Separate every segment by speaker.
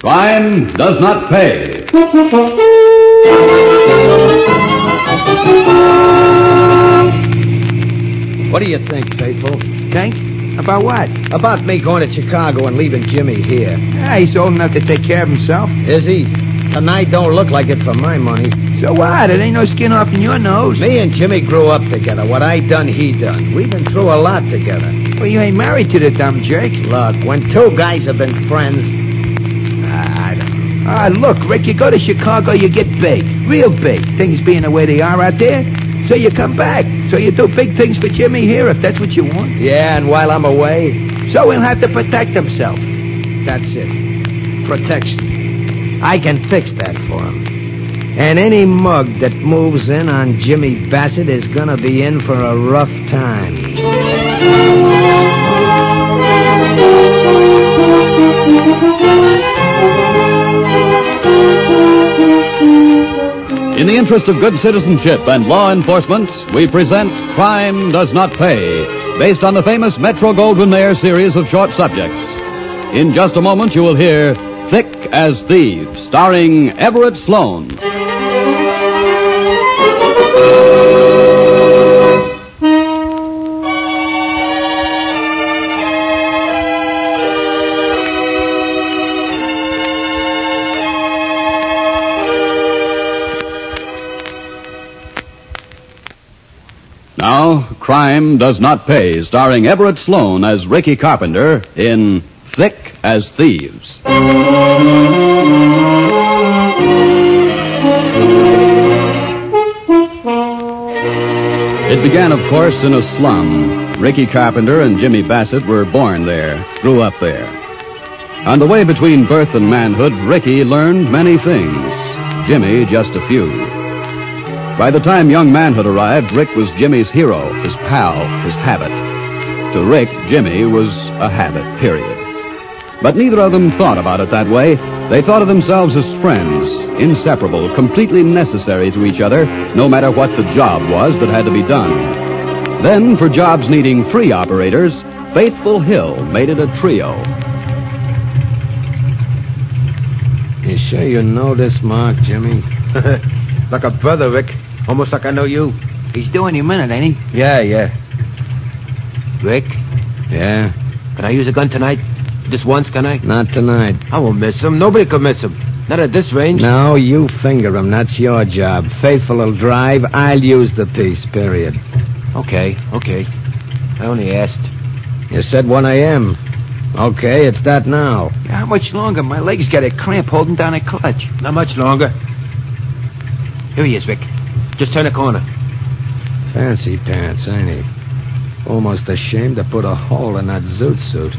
Speaker 1: Crime does not pay.
Speaker 2: What do you think, Faithful?
Speaker 3: Think? About what?
Speaker 2: About me going to Chicago and leaving Jimmy here.
Speaker 3: Ah, he's old enough to take care of himself.
Speaker 2: Is he? The night don't look like it for my money.
Speaker 3: So what? It ain't no skin off in your nose.
Speaker 2: Me and Jimmy grew up together. What I done, he done. We've been through a lot together.
Speaker 3: Well, you ain't married to the dumb jerk.
Speaker 2: Look, when two guys have been friends, I don't know.
Speaker 3: Ah, look, Rick, you go to Chicago, you get big. Real big. Things being the way they are out there. So you come back. So you do big things for Jimmy here, if that's what you want.
Speaker 2: Yeah, and while I'm away,
Speaker 3: So he'll have to protect himself.
Speaker 2: that's it. Protection. I can fix that for him. And any mug that moves in on Jimmy Bassett is gonna be in for a rough time.
Speaker 1: In the interest of good citizenship and law enforcement, we present Crime Does Not Pay, based on the famous Metro Goldwyn Mayer series of short subjects. In just a moment, you will hear Thick as Thieves, starring Everett Sloan. Now, Crime Does Not Pay, starring Everett Sloan as Ricky Carpenter in Thick as Thieves. It began, of course, in a slum. Ricky Carpenter and Jimmy Bassett were born there, grew up there. On the way between birth and manhood, Ricky learned many things, Jimmy just a few. By the time young manhood arrived, Rick was Jimmy's hero, his pal, his habit. To Rick, Jimmy was a habit, period. But neither of them thought about it that way. They thought of themselves as friends, inseparable, completely necessary to each other, no matter what the job was that had to be done. Then, for jobs needing three operators, Faithful Hill made it a trio.
Speaker 2: You sure you know this mark, Jimmy?
Speaker 4: Like a brother, Rick. Almost like I know you.
Speaker 3: He's doing you a minute, ain't he?
Speaker 4: Yeah, yeah. Rick,
Speaker 2: Yeah,
Speaker 4: can I use a gun tonight? Just once, can I?
Speaker 2: not tonight.
Speaker 4: I won't miss him. Nobody could miss him. Not at this range.
Speaker 2: No, you finger him. That's your job. Faithful will drive. I'll use the piece, period.
Speaker 4: Okay, okay. I only asked.
Speaker 2: You said 1 a.m. Okay, it's that now.
Speaker 3: How much longer? My legs got a cramp holding down a clutch.
Speaker 4: Not much longer. Here he is, Rick. Just turn a corner.
Speaker 2: Fancy pants, ain't he? Almost ashamed to put a hole in that zoot suit.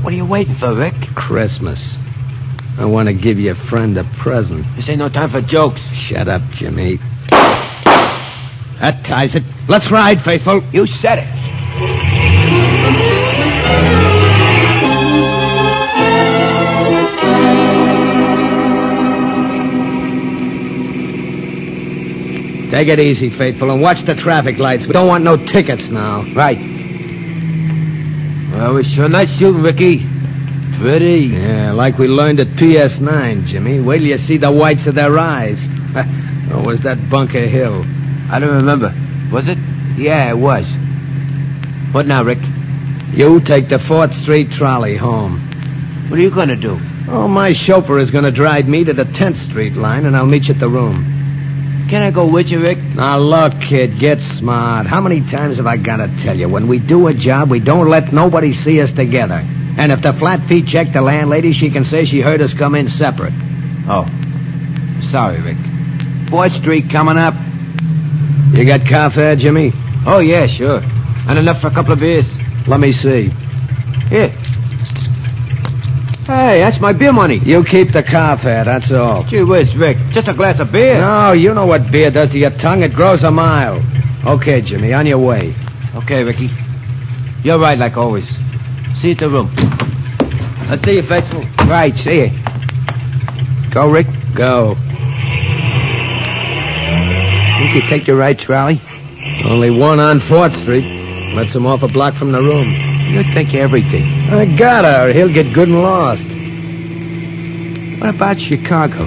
Speaker 4: What are you waiting for, Rick?
Speaker 2: Christmas. I want to give your friend a present.
Speaker 4: This ain't no time for jokes.
Speaker 2: Shut up, Jimmy. That ties it. Let's ride, Faithful.
Speaker 3: You said it.
Speaker 2: Take it easy, Faithful, and watch the traffic lights. We don't want no tickets now.
Speaker 4: Right. Well, we're sure not shooting, Ricky. Pretty.
Speaker 2: Yeah, like we learned at PS9, Jimmy. Wait till you see the whites of their eyes. or was that Bunker Hill?
Speaker 4: I don't remember. Was it? Yeah, it was. What now, Rick?
Speaker 2: You take the 4th Street trolley home.
Speaker 4: What are you gonna do?
Speaker 2: Oh, my chauffeur is going to drive me to the 10th Street line, and I'll meet you at the room.
Speaker 4: Can I go with you, Rick?
Speaker 2: Now, look, kid, get smart. How many times have I got to tell you? When we do a job, we don't let nobody see us together. And if the flat fee check the landlady, she can say she heard us come in separate.
Speaker 4: Oh. Sorry, Rick.
Speaker 3: Fourth Street coming up.
Speaker 2: You got car fare, Jimmy?
Speaker 4: Oh, yeah, sure. And enough for a couple of beers.
Speaker 2: Let me see.
Speaker 4: Here. Hey, that's my beer money.
Speaker 2: You keep the car fare, that's all.
Speaker 4: Gee whiz, Rick. Just a glass of beer.
Speaker 2: No, you know what beer does to your tongue. It grows a mile. Okay, Jimmy, on your way.
Speaker 4: Okay, Ricky. You're right, like always. See you at the room. I'll see you, Faithful.
Speaker 3: Right, see it. Go, Rick.
Speaker 2: Go.
Speaker 3: Think you take the right trolley?
Speaker 2: Only one on 4th Street. Lets him off a block from the room.
Speaker 3: You think everything.
Speaker 2: I got her. He'll get good and lost. What about Chicago?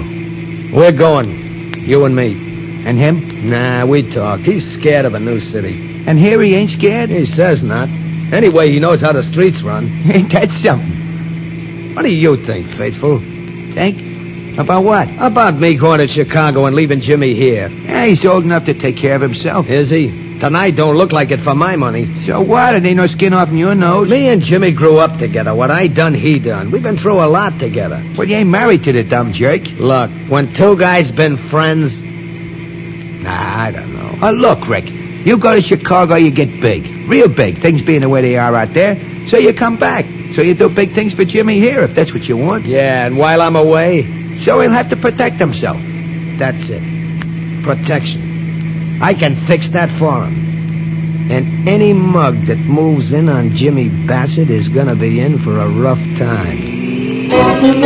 Speaker 2: We're going. You and me.
Speaker 3: And him?
Speaker 2: Nah, we talked. He's scared of a new city.
Speaker 3: And here he ain't scared?
Speaker 2: He says not. Anyway, he knows how the streets run.
Speaker 3: Ain't that something?
Speaker 2: What do you think, Faithful?
Speaker 3: Think? About what?
Speaker 2: About me going to Chicago and leaving Jimmy here.
Speaker 3: Eh, he's old enough to take care of himself.
Speaker 2: Is he? Tonight don't look like it for my money.
Speaker 3: So what? It ain't no skin off your nose.
Speaker 2: Me and Jimmy grew up together. What I done, he done. We've been through a lot together.
Speaker 3: Well, you ain't married to the dumb jerk.
Speaker 2: Look, when two guys been friends, nah, I don't know.
Speaker 3: Oh, look, Rick. You go to Chicago, you get big. Real big. Things being the way they are out there. So you come back. So you do big things for Jimmy here, if that's what you want.
Speaker 2: Yeah, and while I'm away,
Speaker 3: So he'll have to protect himself.
Speaker 2: that's it. Protection. I can fix that for him. And any mug that moves in on Jimmy Bassett is gonna be in for a rough time.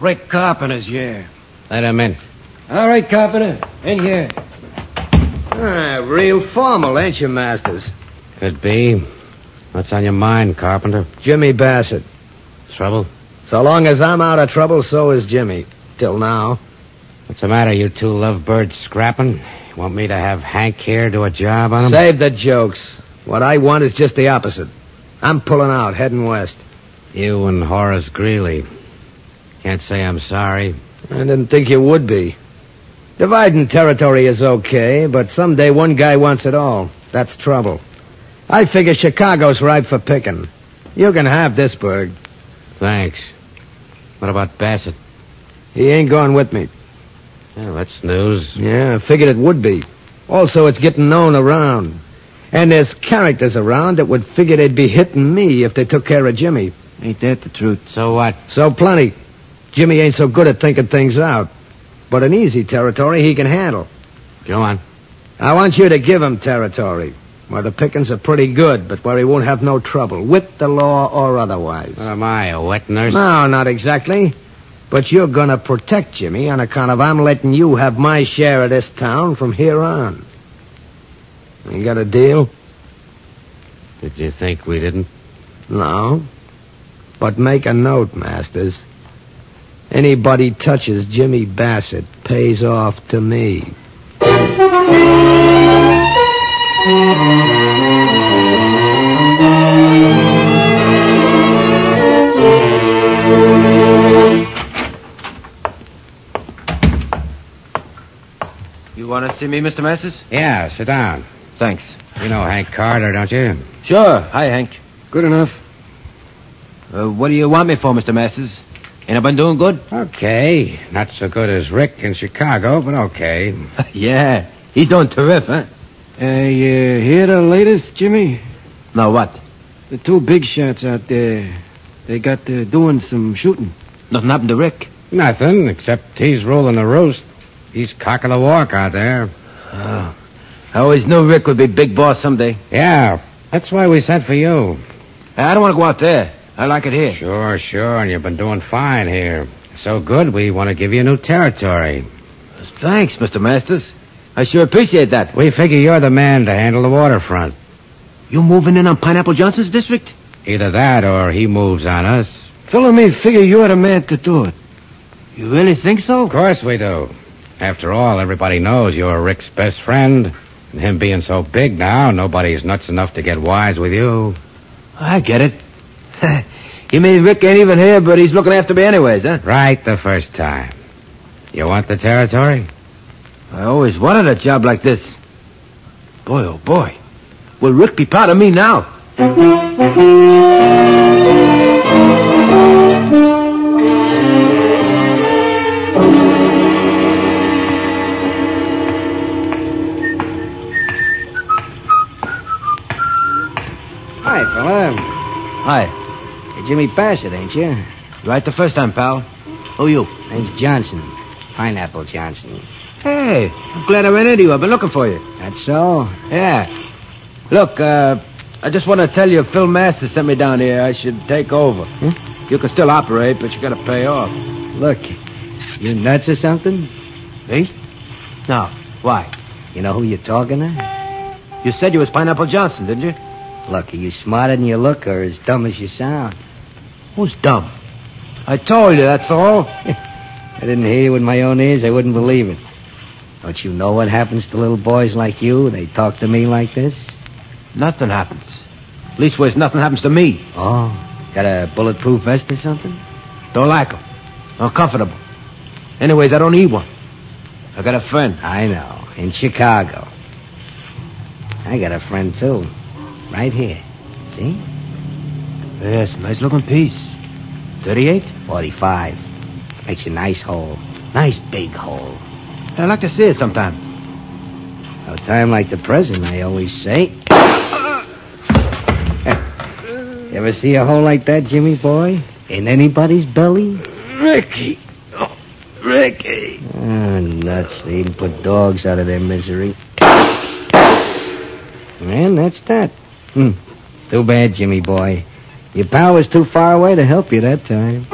Speaker 4: Rick Carpenter's here.
Speaker 2: Let him in.
Speaker 4: All right, Carpenter. In here.
Speaker 2: Ah, real formal, ain't you, Masters?
Speaker 5: Could be. What's on your mind, Carpenter?
Speaker 2: Jimmy Bassett.
Speaker 5: Trouble?
Speaker 2: So long as I'm out of trouble, so is Jimmy. Till now.
Speaker 5: What's the matter, you two lovebirds scrapping? You want me to have Hank here do a job
Speaker 4: Um,
Speaker 5: on him?
Speaker 2: Save the jokes. What I want is just the opposite. I'm pulling out, heading west.
Speaker 5: You and Horace Greeley. Can't say I'm sorry.
Speaker 2: I didn't think you would be. Dividing territory is okay, but someday one guy wants it all. That's trouble. I figure Chicago's ripe for picking. You can have this burg.
Speaker 5: Thanks. What about Bassett?
Speaker 2: He ain't going with me.
Speaker 5: Well, that's news.
Speaker 2: Yeah, I figured it would be. Also, it's getting known around. And there's characters around that would figure they'd be hitting me if they took care of Jimmy.
Speaker 5: Ain't that the truth? So what?
Speaker 2: So plenty. Jimmy ain't so good at thinking things out. But an easy territory he can handle.
Speaker 5: Go on.
Speaker 2: I want you to give him territory. Where the pickings are pretty good, but where he won't have no trouble, with the law or otherwise.
Speaker 5: What am I, Oh, a wet nurse?
Speaker 2: No, not exactly. But you're gonna protect Jimmy on account of I'm letting you have my share of this town from here on. You got a deal?
Speaker 5: Did you think we didn't?
Speaker 2: No. But make a note, Masters. Anybody touches Jimmy Bassett pays off to me.
Speaker 4: You want to see me, Mr. Masters?
Speaker 5: Yeah, sit down.
Speaker 4: Thanks.
Speaker 5: You know Hank Carter, don't you?
Speaker 4: Sure. Hi, Hank.
Speaker 5: Good enough.
Speaker 4: Uh, what do you want me for, Mr. Masters? Ain't I been doing good?
Speaker 5: Okay. Not so good as Rick in Chicago, but okay.
Speaker 4: yeah. He's doing terrific, huh?
Speaker 6: Uh, you hear the latest, Jimmy?
Speaker 4: Now what?
Speaker 6: The two big shots out there, they got uh, doing some shooting.
Speaker 4: Nothing happened to Rick.
Speaker 5: Nothing, except he's rolling the roost. He's cock of the walk out there.
Speaker 4: Oh. I always knew Rick would be big boss someday.
Speaker 5: Yeah, that's why we sent for you.
Speaker 4: Hey, I don't want to go out there. I like it here.
Speaker 5: Sure, sure, and you've been doing fine here. So good, we want to give you new territory.
Speaker 4: Thanks, Mr. Masters. I sure appreciate that.
Speaker 5: We figure you're the man to handle the waterfront.
Speaker 4: You moving in on Pineapple Johnson's district?
Speaker 5: Either that or he moves on us.
Speaker 6: Fellow me figure you're the man to do it.
Speaker 4: You really think so?
Speaker 5: Of course we do. After all, everybody knows you're Rick's best friend. And him being so big now, nobody's nuts enough to get wise with you.
Speaker 4: I get it. you mean Rick ain't even here, but he's looking after me anyways, huh?
Speaker 5: Right the first time. You want the territory?
Speaker 4: I always wanted a job like this. Boy, oh boy. Will Rick be proud of me now?
Speaker 2: Hi, fella.
Speaker 4: Hi.
Speaker 2: You're Jimmy Bassett, ain't you?
Speaker 4: Right the first time, pal. Who you?
Speaker 2: Name's Johnson. Pineapple Johnson.
Speaker 4: Hey, I'm glad I ran into you. I've been looking for you.
Speaker 2: That's so?
Speaker 4: Yeah. Look, uh, I just want to tell you Phil Masters sent me down here. I should take over. You can still operate, but you got to pay off.
Speaker 2: Look, you nuts or something?
Speaker 4: Me? No. Why?
Speaker 2: You know who you're talking to?
Speaker 4: You said you was Pineapple Johnson, didn't you?
Speaker 2: Look, are you smarter than you look or as dumb as you sound?
Speaker 4: Who's dumb? I told you, that's all.
Speaker 2: I didn't hear you with my own ears. I wouldn't believe it. Don't you know what happens to little boys like you? They talk to me like this.
Speaker 4: Nothing happens. Leastways, nothing happens to me.
Speaker 2: Oh, got a bulletproof vest or something?
Speaker 4: Don't like 'em. Uncomfortable. Anyways, I don't need one. I got a friend.
Speaker 2: I know. In Chicago. I got a friend, too. Right here. See?
Speaker 4: Yes, nice looking piece. 38?
Speaker 2: 45. Makes a nice hole. Nice big hole.
Speaker 4: I'd like to see it sometime.
Speaker 2: A time like the present, I always say. you ever see a hole like that, Jimmy boy? In anybody's belly?
Speaker 4: Ricky. Oh, Ricky.
Speaker 2: Ah, nuts. They even put dogs out of their misery. And that's that. Hmm. Too bad, Jimmy boy. Your pal was too far away to help you that time.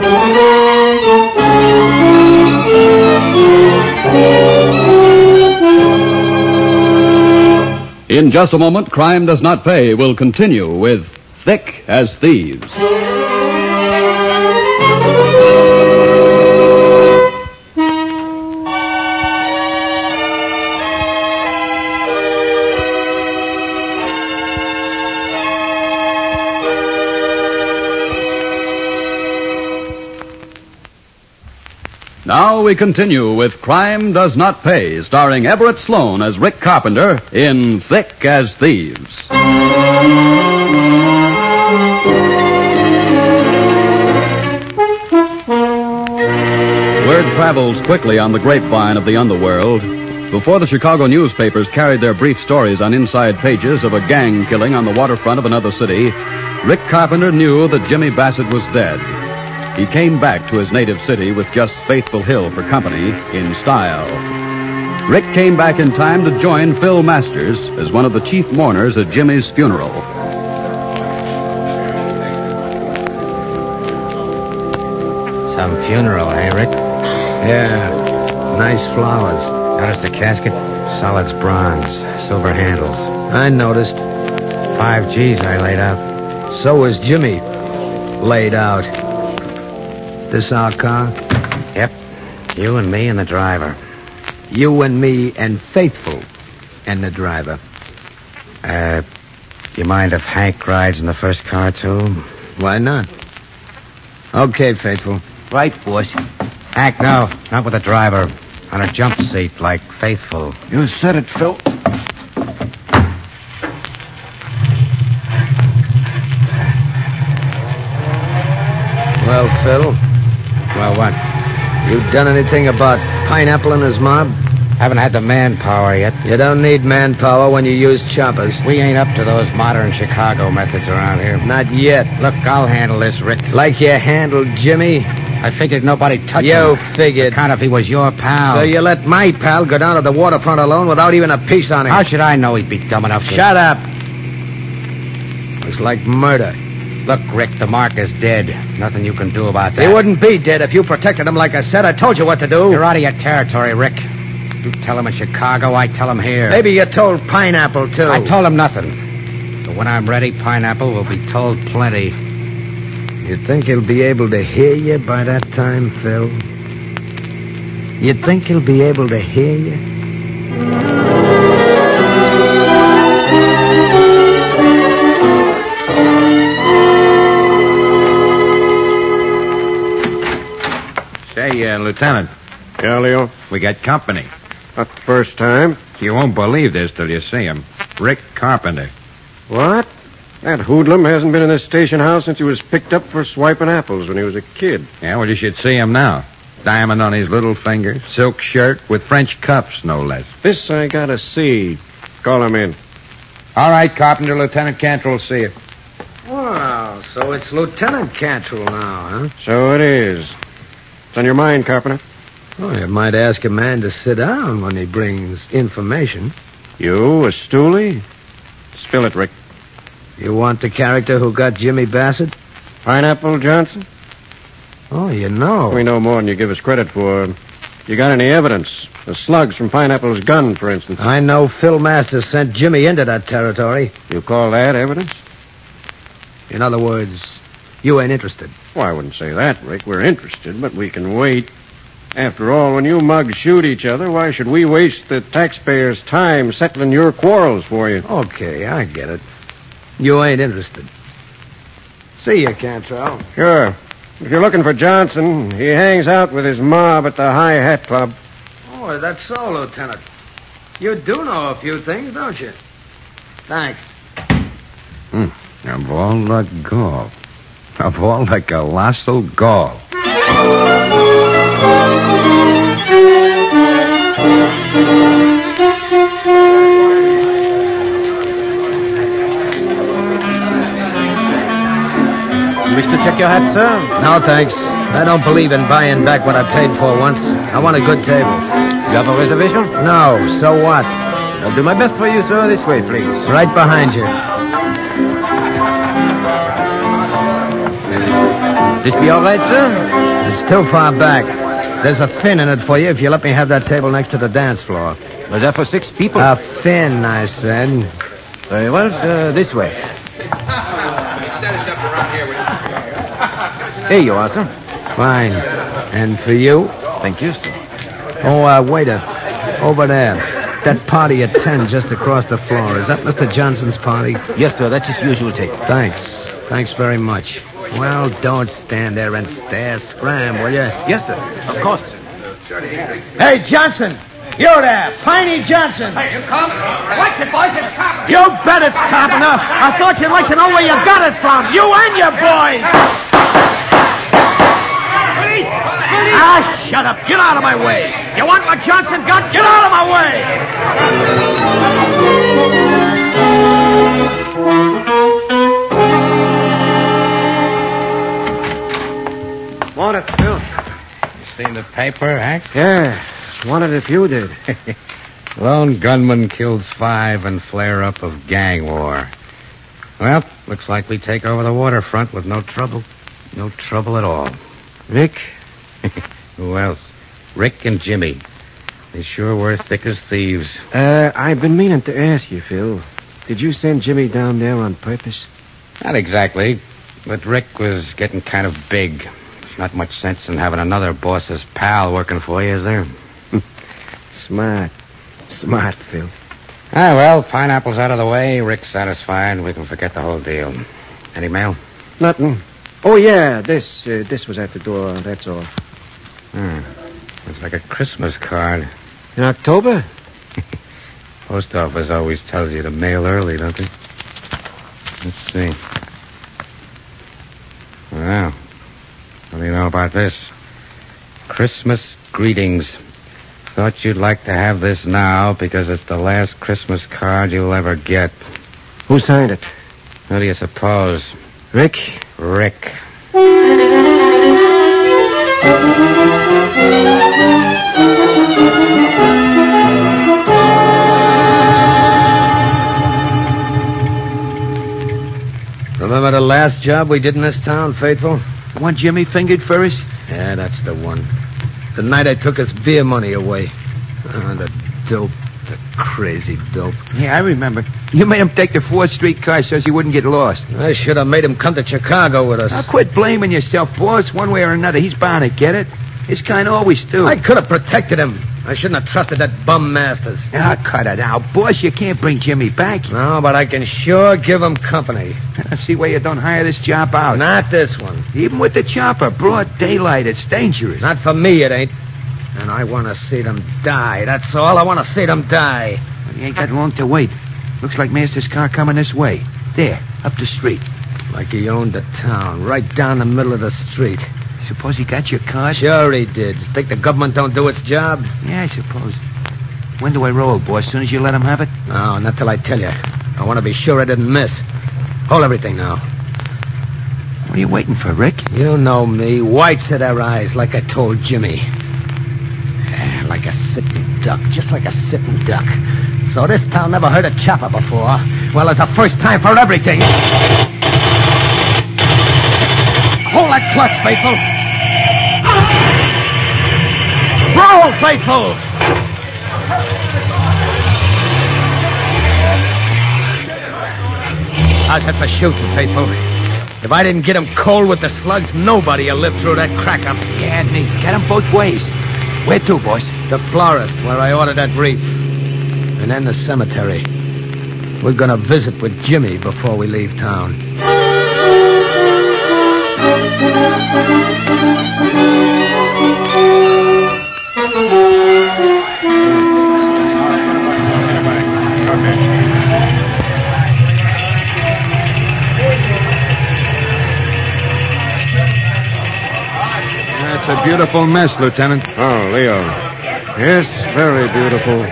Speaker 1: In just a moment, Crime Does Not Pay will continue with Thick as Thieves. Now we continue with Crime Does Not Pay, starring Everett Sloan as Rick Carpenter in Thick as Thieves. Word travels quickly on the grapevine of the underworld. Before the Chicago newspapers carried their brief stories on inside pages of a gang killing on the waterfront of another city, Rick Carpenter knew that Jimmy Bassett was dead. He came back to his native city with just Faithful Hill for company in style. Rick came back in time to join Phil Masters as one of the chief mourners at Jimmy's funeral.
Speaker 5: Some funeral, hey, Rick?
Speaker 2: Yeah. Nice flowers.
Speaker 5: Notice the casket? Solid's bronze, silver handles.
Speaker 2: I noticed.
Speaker 5: Five G's I laid out.
Speaker 2: So was Jimmy. Laid out. This our car?
Speaker 5: Yep. You and me and the driver.
Speaker 2: You and me and Faithful and the driver.
Speaker 5: Uh, you mind if Hank rides in the first car, too?
Speaker 2: Why not? Okay, Faithful.
Speaker 4: Right, boss.
Speaker 5: Hank, no. Not with the driver. On a jump seat like Faithful.
Speaker 4: You said it, Phil.
Speaker 2: Well, Phil,
Speaker 5: Well, what?
Speaker 2: you done anything about Pineapple and his mob?
Speaker 5: Haven't had the manpower yet.
Speaker 2: You don't need manpower when you use choppers.
Speaker 5: We ain't up to those modern Chicago methods around here.
Speaker 2: Not yet.
Speaker 5: Look, I'll handle this, Rick.
Speaker 2: Like you handled Jimmy,
Speaker 5: I figured nobody touched
Speaker 2: you
Speaker 5: him.
Speaker 2: figured.
Speaker 5: Kind if he was your pal.
Speaker 2: So you let my pal go down to the waterfront alone without even a piece on him.
Speaker 5: How should I know he'd be dumb enough to...
Speaker 2: Shut up. Looks like murder.
Speaker 5: Look, Rick, the mark is dead. Nothing you can do about that.
Speaker 2: He wouldn't be dead if you protected him like I said. I told you what to do.
Speaker 5: You're out of your territory, Rick. You tell him in Chicago, I tell him here.
Speaker 2: Maybe you told Pineapple, too.
Speaker 5: I told him nothing. But when I'm ready, Pineapple will be told plenty.
Speaker 2: You think he'll be able to hear you by that time, Phil? You think he'll be able to hear you?
Speaker 7: Say, uh, Lieutenant,
Speaker 8: Yeah, Leo?
Speaker 7: we got company.
Speaker 8: Not the first time.
Speaker 7: You won't believe this till you see him. Rick Carpenter.
Speaker 8: What? That hoodlum hasn't been in this station house since he was picked up for swiping apples when he was a kid.
Speaker 7: Yeah, well, you should see him now. Diamond on his little finger, silk shirt with French cuffs, no less.
Speaker 8: This I gotta see. Call him in.
Speaker 7: All right, Carpenter, Lieutenant Cantrell, see you.
Speaker 2: Wow, so it's Lieutenant Cantrell now, huh?
Speaker 8: So it is. It's on your mind, Carpenter.
Speaker 2: Well, you might ask a man to sit down when he brings information.
Speaker 8: You, a stoolie? Spill it, Rick.
Speaker 2: You want the character who got Jimmy Bassett?
Speaker 8: Pineapple Johnson?
Speaker 2: Oh, you know.
Speaker 8: We know more than you give us credit for.
Speaker 1: You got any evidence? The slugs from Pineapple's gun, for instance.
Speaker 4: I know Phil Masters sent Jimmy into that territory.
Speaker 1: You call that evidence?
Speaker 4: In other words, you ain't interested.
Speaker 1: Well, I wouldn't say that, Rick. We're interested, but we can wait. After all, when you mugs shoot each other, why should we waste the taxpayers' time settling your quarrels for you?
Speaker 4: Okay, I get it. You ain't interested. See you, Cantrell.
Speaker 1: Sure. If you're looking for Johnson, he hangs out with his mob at the High Hat Club.
Speaker 4: Oh, that's so, Lieutenant. You do know a few things, don't you? Thanks.
Speaker 9: Of all the gall. Of all the colossal gall.
Speaker 10: Wish to check your hat, sir?
Speaker 4: No, thanks. I don't believe in buying back what I paid for once. I want a good table.
Speaker 10: You have a reservation?
Speaker 4: No, so what?
Speaker 10: I'll do my best for you, sir. This way, please.
Speaker 4: Right behind you.
Speaker 10: This be all right, sir?
Speaker 4: It's too far back. There's a fin in it for you if you let me have that table next to the dance floor.
Speaker 10: Was that for six people?
Speaker 4: A fin, I said.
Speaker 10: Very well, sir. This way. Here you are, sir.
Speaker 4: Fine. And for you?
Speaker 10: Thank you, sir.
Speaker 4: Oh, uh, waiter. Over there. That party at 10 just across the floor. Is that Mr. Johnson's party?
Speaker 10: Yes, sir. That's his usual take.
Speaker 4: Thanks. Thanks very much. Well, don't stand there and stare. Scram, will you?
Speaker 10: Yes, sir. Of course.
Speaker 4: Hey, Johnson! You there! Piney Johnson! Hey, you coming? What's it, boys? It's copping! You bet it's copping up! I thought you'd like to know where you got it from! You and your boys! Ah, shut up! Get out of my way! You want what Johnson got? Get out of my way!
Speaker 1: Wanted, Phil.
Speaker 5: You seen the paper, Hank?
Speaker 1: Yeah, wanted if you did.
Speaker 5: Lone gunman kills five and flare up of gang war. Well, looks like we take over the waterfront with no trouble. No trouble at all.
Speaker 1: Rick?
Speaker 5: Who else? Rick and Jimmy. They sure were thick as thieves.
Speaker 1: Uh, I've been meaning to ask you, Phil. Did you send Jimmy down there on purpose?
Speaker 5: Not exactly, but Rick was getting kind of big. There's not much sense in having another boss's pal working for you, is there?
Speaker 1: Smart. Smart, Phil.
Speaker 5: Ah, well, pineapple's out of the way. Rick's satisfied. We can forget the whole deal. Any mail?
Speaker 1: Nothing. Oh, yeah, this uh, this was at the door, that's all.
Speaker 5: Hmm. It's like a Christmas card.
Speaker 1: In October?
Speaker 5: Post office always tells you to mail early, don't they? Let's see. Well, what do you know about this? Christmas greetings. Thought you'd like to have this now because it's the last Christmas card you'll ever get.
Speaker 1: Who signed it?
Speaker 5: Who do you suppose?
Speaker 1: Rick?
Speaker 5: Rick.
Speaker 4: Remember the last job we did in this town, Faithful?
Speaker 2: The one Jimmy fingered first?
Speaker 4: Yeah, that's the one. The night I took his beer money away. Oh, the dope. The crazy dope.
Speaker 2: Yeah, I remember. You made him take the 4th Street car so he wouldn't get lost.
Speaker 4: I should have made him come to Chicago with us.
Speaker 2: Now, quit blaming yourself, boss, one way or another. He's bound to get it. His kind always do.
Speaker 4: I could have protected him. I shouldn't have trusted that bum Masters.
Speaker 2: Now, Ah, cut it out. Boss, you can't bring Jimmy back.
Speaker 4: No, but I can sure give him company.
Speaker 2: I see why you don't hire this chop out.
Speaker 4: Not this one.
Speaker 2: Even with the chopper, broad daylight, it's dangerous.
Speaker 4: Not for me, it ain't. And I want to see them die. That's all. I want to see them die.
Speaker 2: You ain't got long to wait. Looks like Master's car coming this way. There, up the street.
Speaker 4: Like he owned the town, right down the middle of the street.
Speaker 2: Suppose he got your car?
Speaker 4: Sure he did. Think the government don't do its job?
Speaker 2: Yeah, I suppose. When do I roll, boss? Soon as you let him have it?
Speaker 4: No, Oh, not till I tell you. I want to be sure I didn't miss. Hold everything now.
Speaker 2: What are you waiting for, Rick?
Speaker 4: You know me. Whites of their eyes, like I told Jimmy. Eh, Like a sitting duck, just like a sitting duck. So this town never heard a chopper before. Well, it's a first time for everything. Hold that clutch, Faithful.
Speaker 11: Roll, Faithful! How's that for shooting, Faithful? If I didn't get him cold with the slugs, nobody will live through that crack up.
Speaker 12: Yeah, and me. Get them both ways. Where to, boss?
Speaker 4: The florist where I ordered that reef. And then the cemetery. We're gonna visit with Jimmy before we leave town.
Speaker 1: That's a beautiful mess, Lieutenant.
Speaker 8: Oh, Leo. Yes, very beautiful.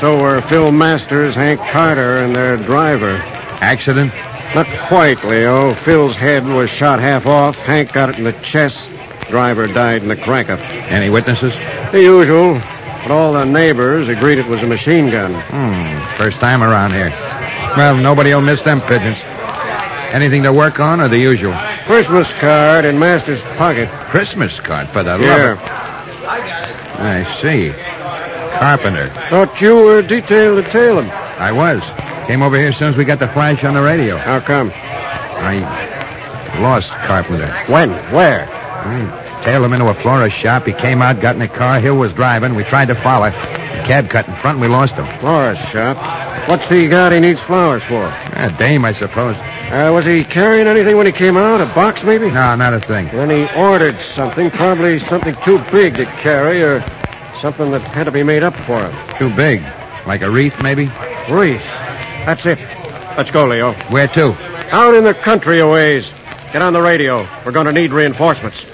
Speaker 8: So were Phil Masters, Hank Carter, and their driver.
Speaker 1: Accident?
Speaker 8: Not quite, Leo. Phil's head was shot half off. Hank got it in the chest. Driver died in the crackup.
Speaker 1: Any witnesses?
Speaker 8: The usual. But all the neighbors agreed it was a machine gun.
Speaker 1: Hmm, first time around here. Well, nobody'll miss them pigeons. Anything to work on or the usual?
Speaker 8: Christmas card in Masters' pocket.
Speaker 1: Christmas card for the
Speaker 8: Here.
Speaker 1: love. of- I see. Carpenter.
Speaker 8: Thought you were detailed to tail him.
Speaker 1: I was. Came over here as soon as we got the flash on the radio.
Speaker 8: How come?
Speaker 1: I lost Carpenter.
Speaker 8: When? Where?
Speaker 1: I tailed him into a florist shop. He came out, got in a car. Hill was driving. We tried to follow. The cab cut in front and we lost him.
Speaker 8: Florist shop. What's he got he needs flowers for?
Speaker 1: A dame, I suppose.
Speaker 8: Uh, was he carrying anything when he came out? A box, maybe?
Speaker 1: No, not a thing.
Speaker 8: Then he ordered something, probably something too big to carry or something that had to be made up for him.
Speaker 1: Too big. Like a wreath, maybe?
Speaker 8: Wreath. That's it. Let's go, Leo.
Speaker 1: Where to?
Speaker 8: Out in the country a ways. Get on the radio. We're going to need reinforcements.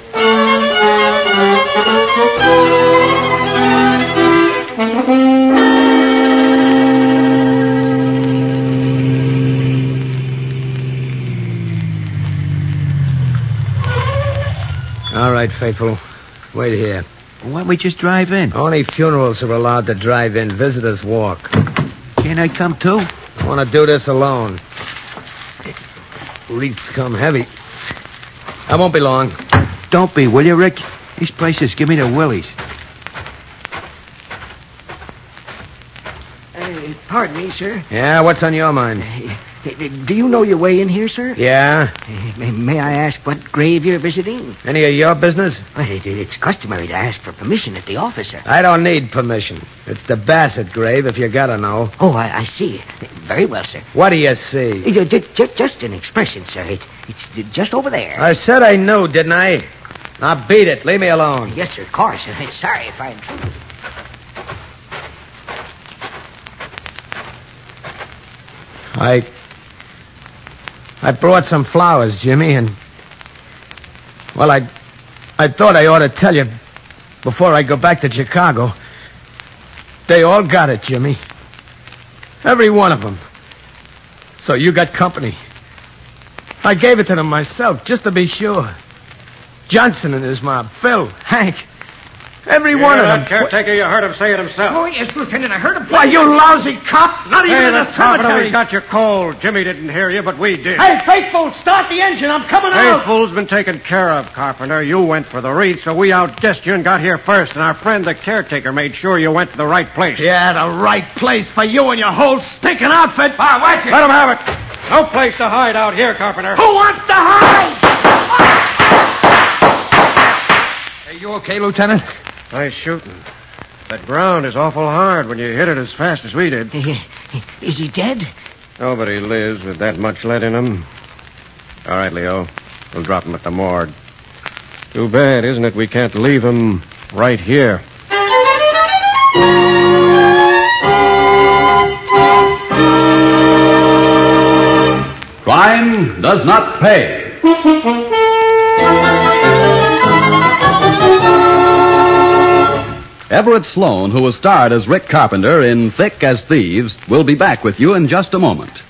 Speaker 4: All right, Faithful. Wait here.
Speaker 13: Why don't we just drive in?
Speaker 4: Only funerals are allowed to drive in. Visitors walk.
Speaker 13: Can I come too?
Speaker 4: I want to do this alone. Wreaths come heavy. I won't be long.
Speaker 13: Don't be, will you, Rick? These places give me the willies.
Speaker 2: Uh, pardon me, sir.
Speaker 4: Yeah, what's on your mind?
Speaker 2: Uh, Do you know your way in here, sir?
Speaker 4: Yeah?
Speaker 2: Uh, May may I ask what grave you're visiting?
Speaker 4: Any of your business?
Speaker 2: Well, it, it's customary to ask for permission at the office, sir.
Speaker 4: I don't need permission. It's the Bassett grave, if you gotta know.
Speaker 2: Oh, I, I see. Very well, sir.
Speaker 4: What do you see?
Speaker 2: Uh, ju- ju- Just an expression, sir. It, it's just over there.
Speaker 4: I said I knew, didn't I? Now beat it. Leave me alone.
Speaker 2: Yes, sir, of course. Sorry if I intruded.
Speaker 4: I. I brought some flowers, Jimmy, and. Well, I. I thought I ought to tell you before I go back to Chicago. They all got it, Jimmy. Every one of them. So you got company. I gave it to them myself, just to be sure. Johnson and his mob, Phil, Hank, every one of them.
Speaker 8: caretaker, you heard him say it himself.
Speaker 2: Oh, yes, Lieutenant. I heard a
Speaker 4: Why, you lousy cop! Not even
Speaker 8: Hey,
Speaker 4: in the
Speaker 8: the carpenter,
Speaker 4: cemetery!
Speaker 8: we got you cold. Jimmy didn't hear you, but we did.
Speaker 4: Hey, faithful, start the engine. I'm coming out.
Speaker 8: Faithful's been taken care of, Carpenter. You went for the wreath, so we outguessed you and got here first, and our friend the caretaker made sure you went to the right place.
Speaker 4: Yeah, the right place for you and your whole stinking outfit. Ah, watch it.
Speaker 8: Let him have it. No place to hide out here, Carpenter.
Speaker 4: Who wants to hide?
Speaker 1: Are you okay, Lieutenant?
Speaker 8: Nice shooting. That ground is awful hard when you hit it as fast as we did.
Speaker 2: Is he dead?
Speaker 8: Nobody lives with that much lead in him. All right, Leo. We'll drop him at the morgue. Too bad, isn't it? We can't leave him right here.
Speaker 14: Crime does not pay. Everett Sloan, who was starred as Rick Carpenter in Thick as Thieves, will be back with you in just a moment.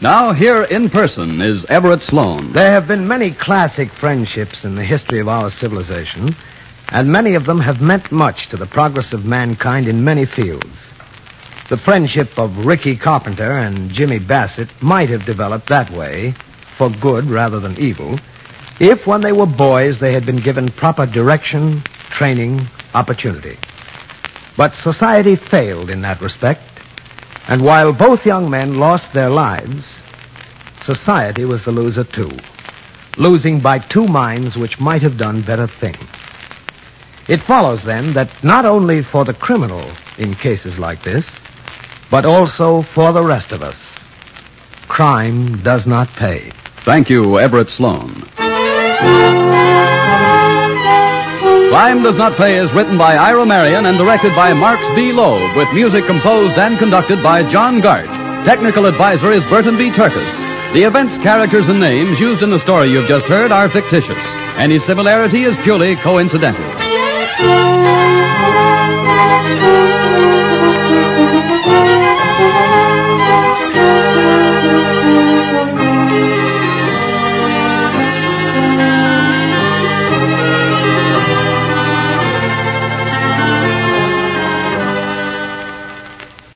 Speaker 1: Now, here in person is Everett Sloan.
Speaker 2: There have been many classic friendships in the history of our civilization, and many of them have meant much to the progress of mankind in many fields. The friendship of Ricky Carpenter and Jimmy Bassett might have developed that way, for good rather than evil, if when they were boys they had been given proper direction, training, opportunity. But society failed in that respect, and while both young men lost their lives, society was the loser too, losing by two minds which might have done better things. It follows then that not only for the criminal in cases like this, but also for the rest of us, crime does not pay.
Speaker 1: Thank you, Everett Sloan. Crime Does Not Pay is written by Ira Marion and directed by Marks D. Loeb, with music composed and conducted by John Gart. Technical advisor is Burton B. Turkis. The events, characters, and names used in the story you've just heard are fictitious. Any similarity is purely coincidental.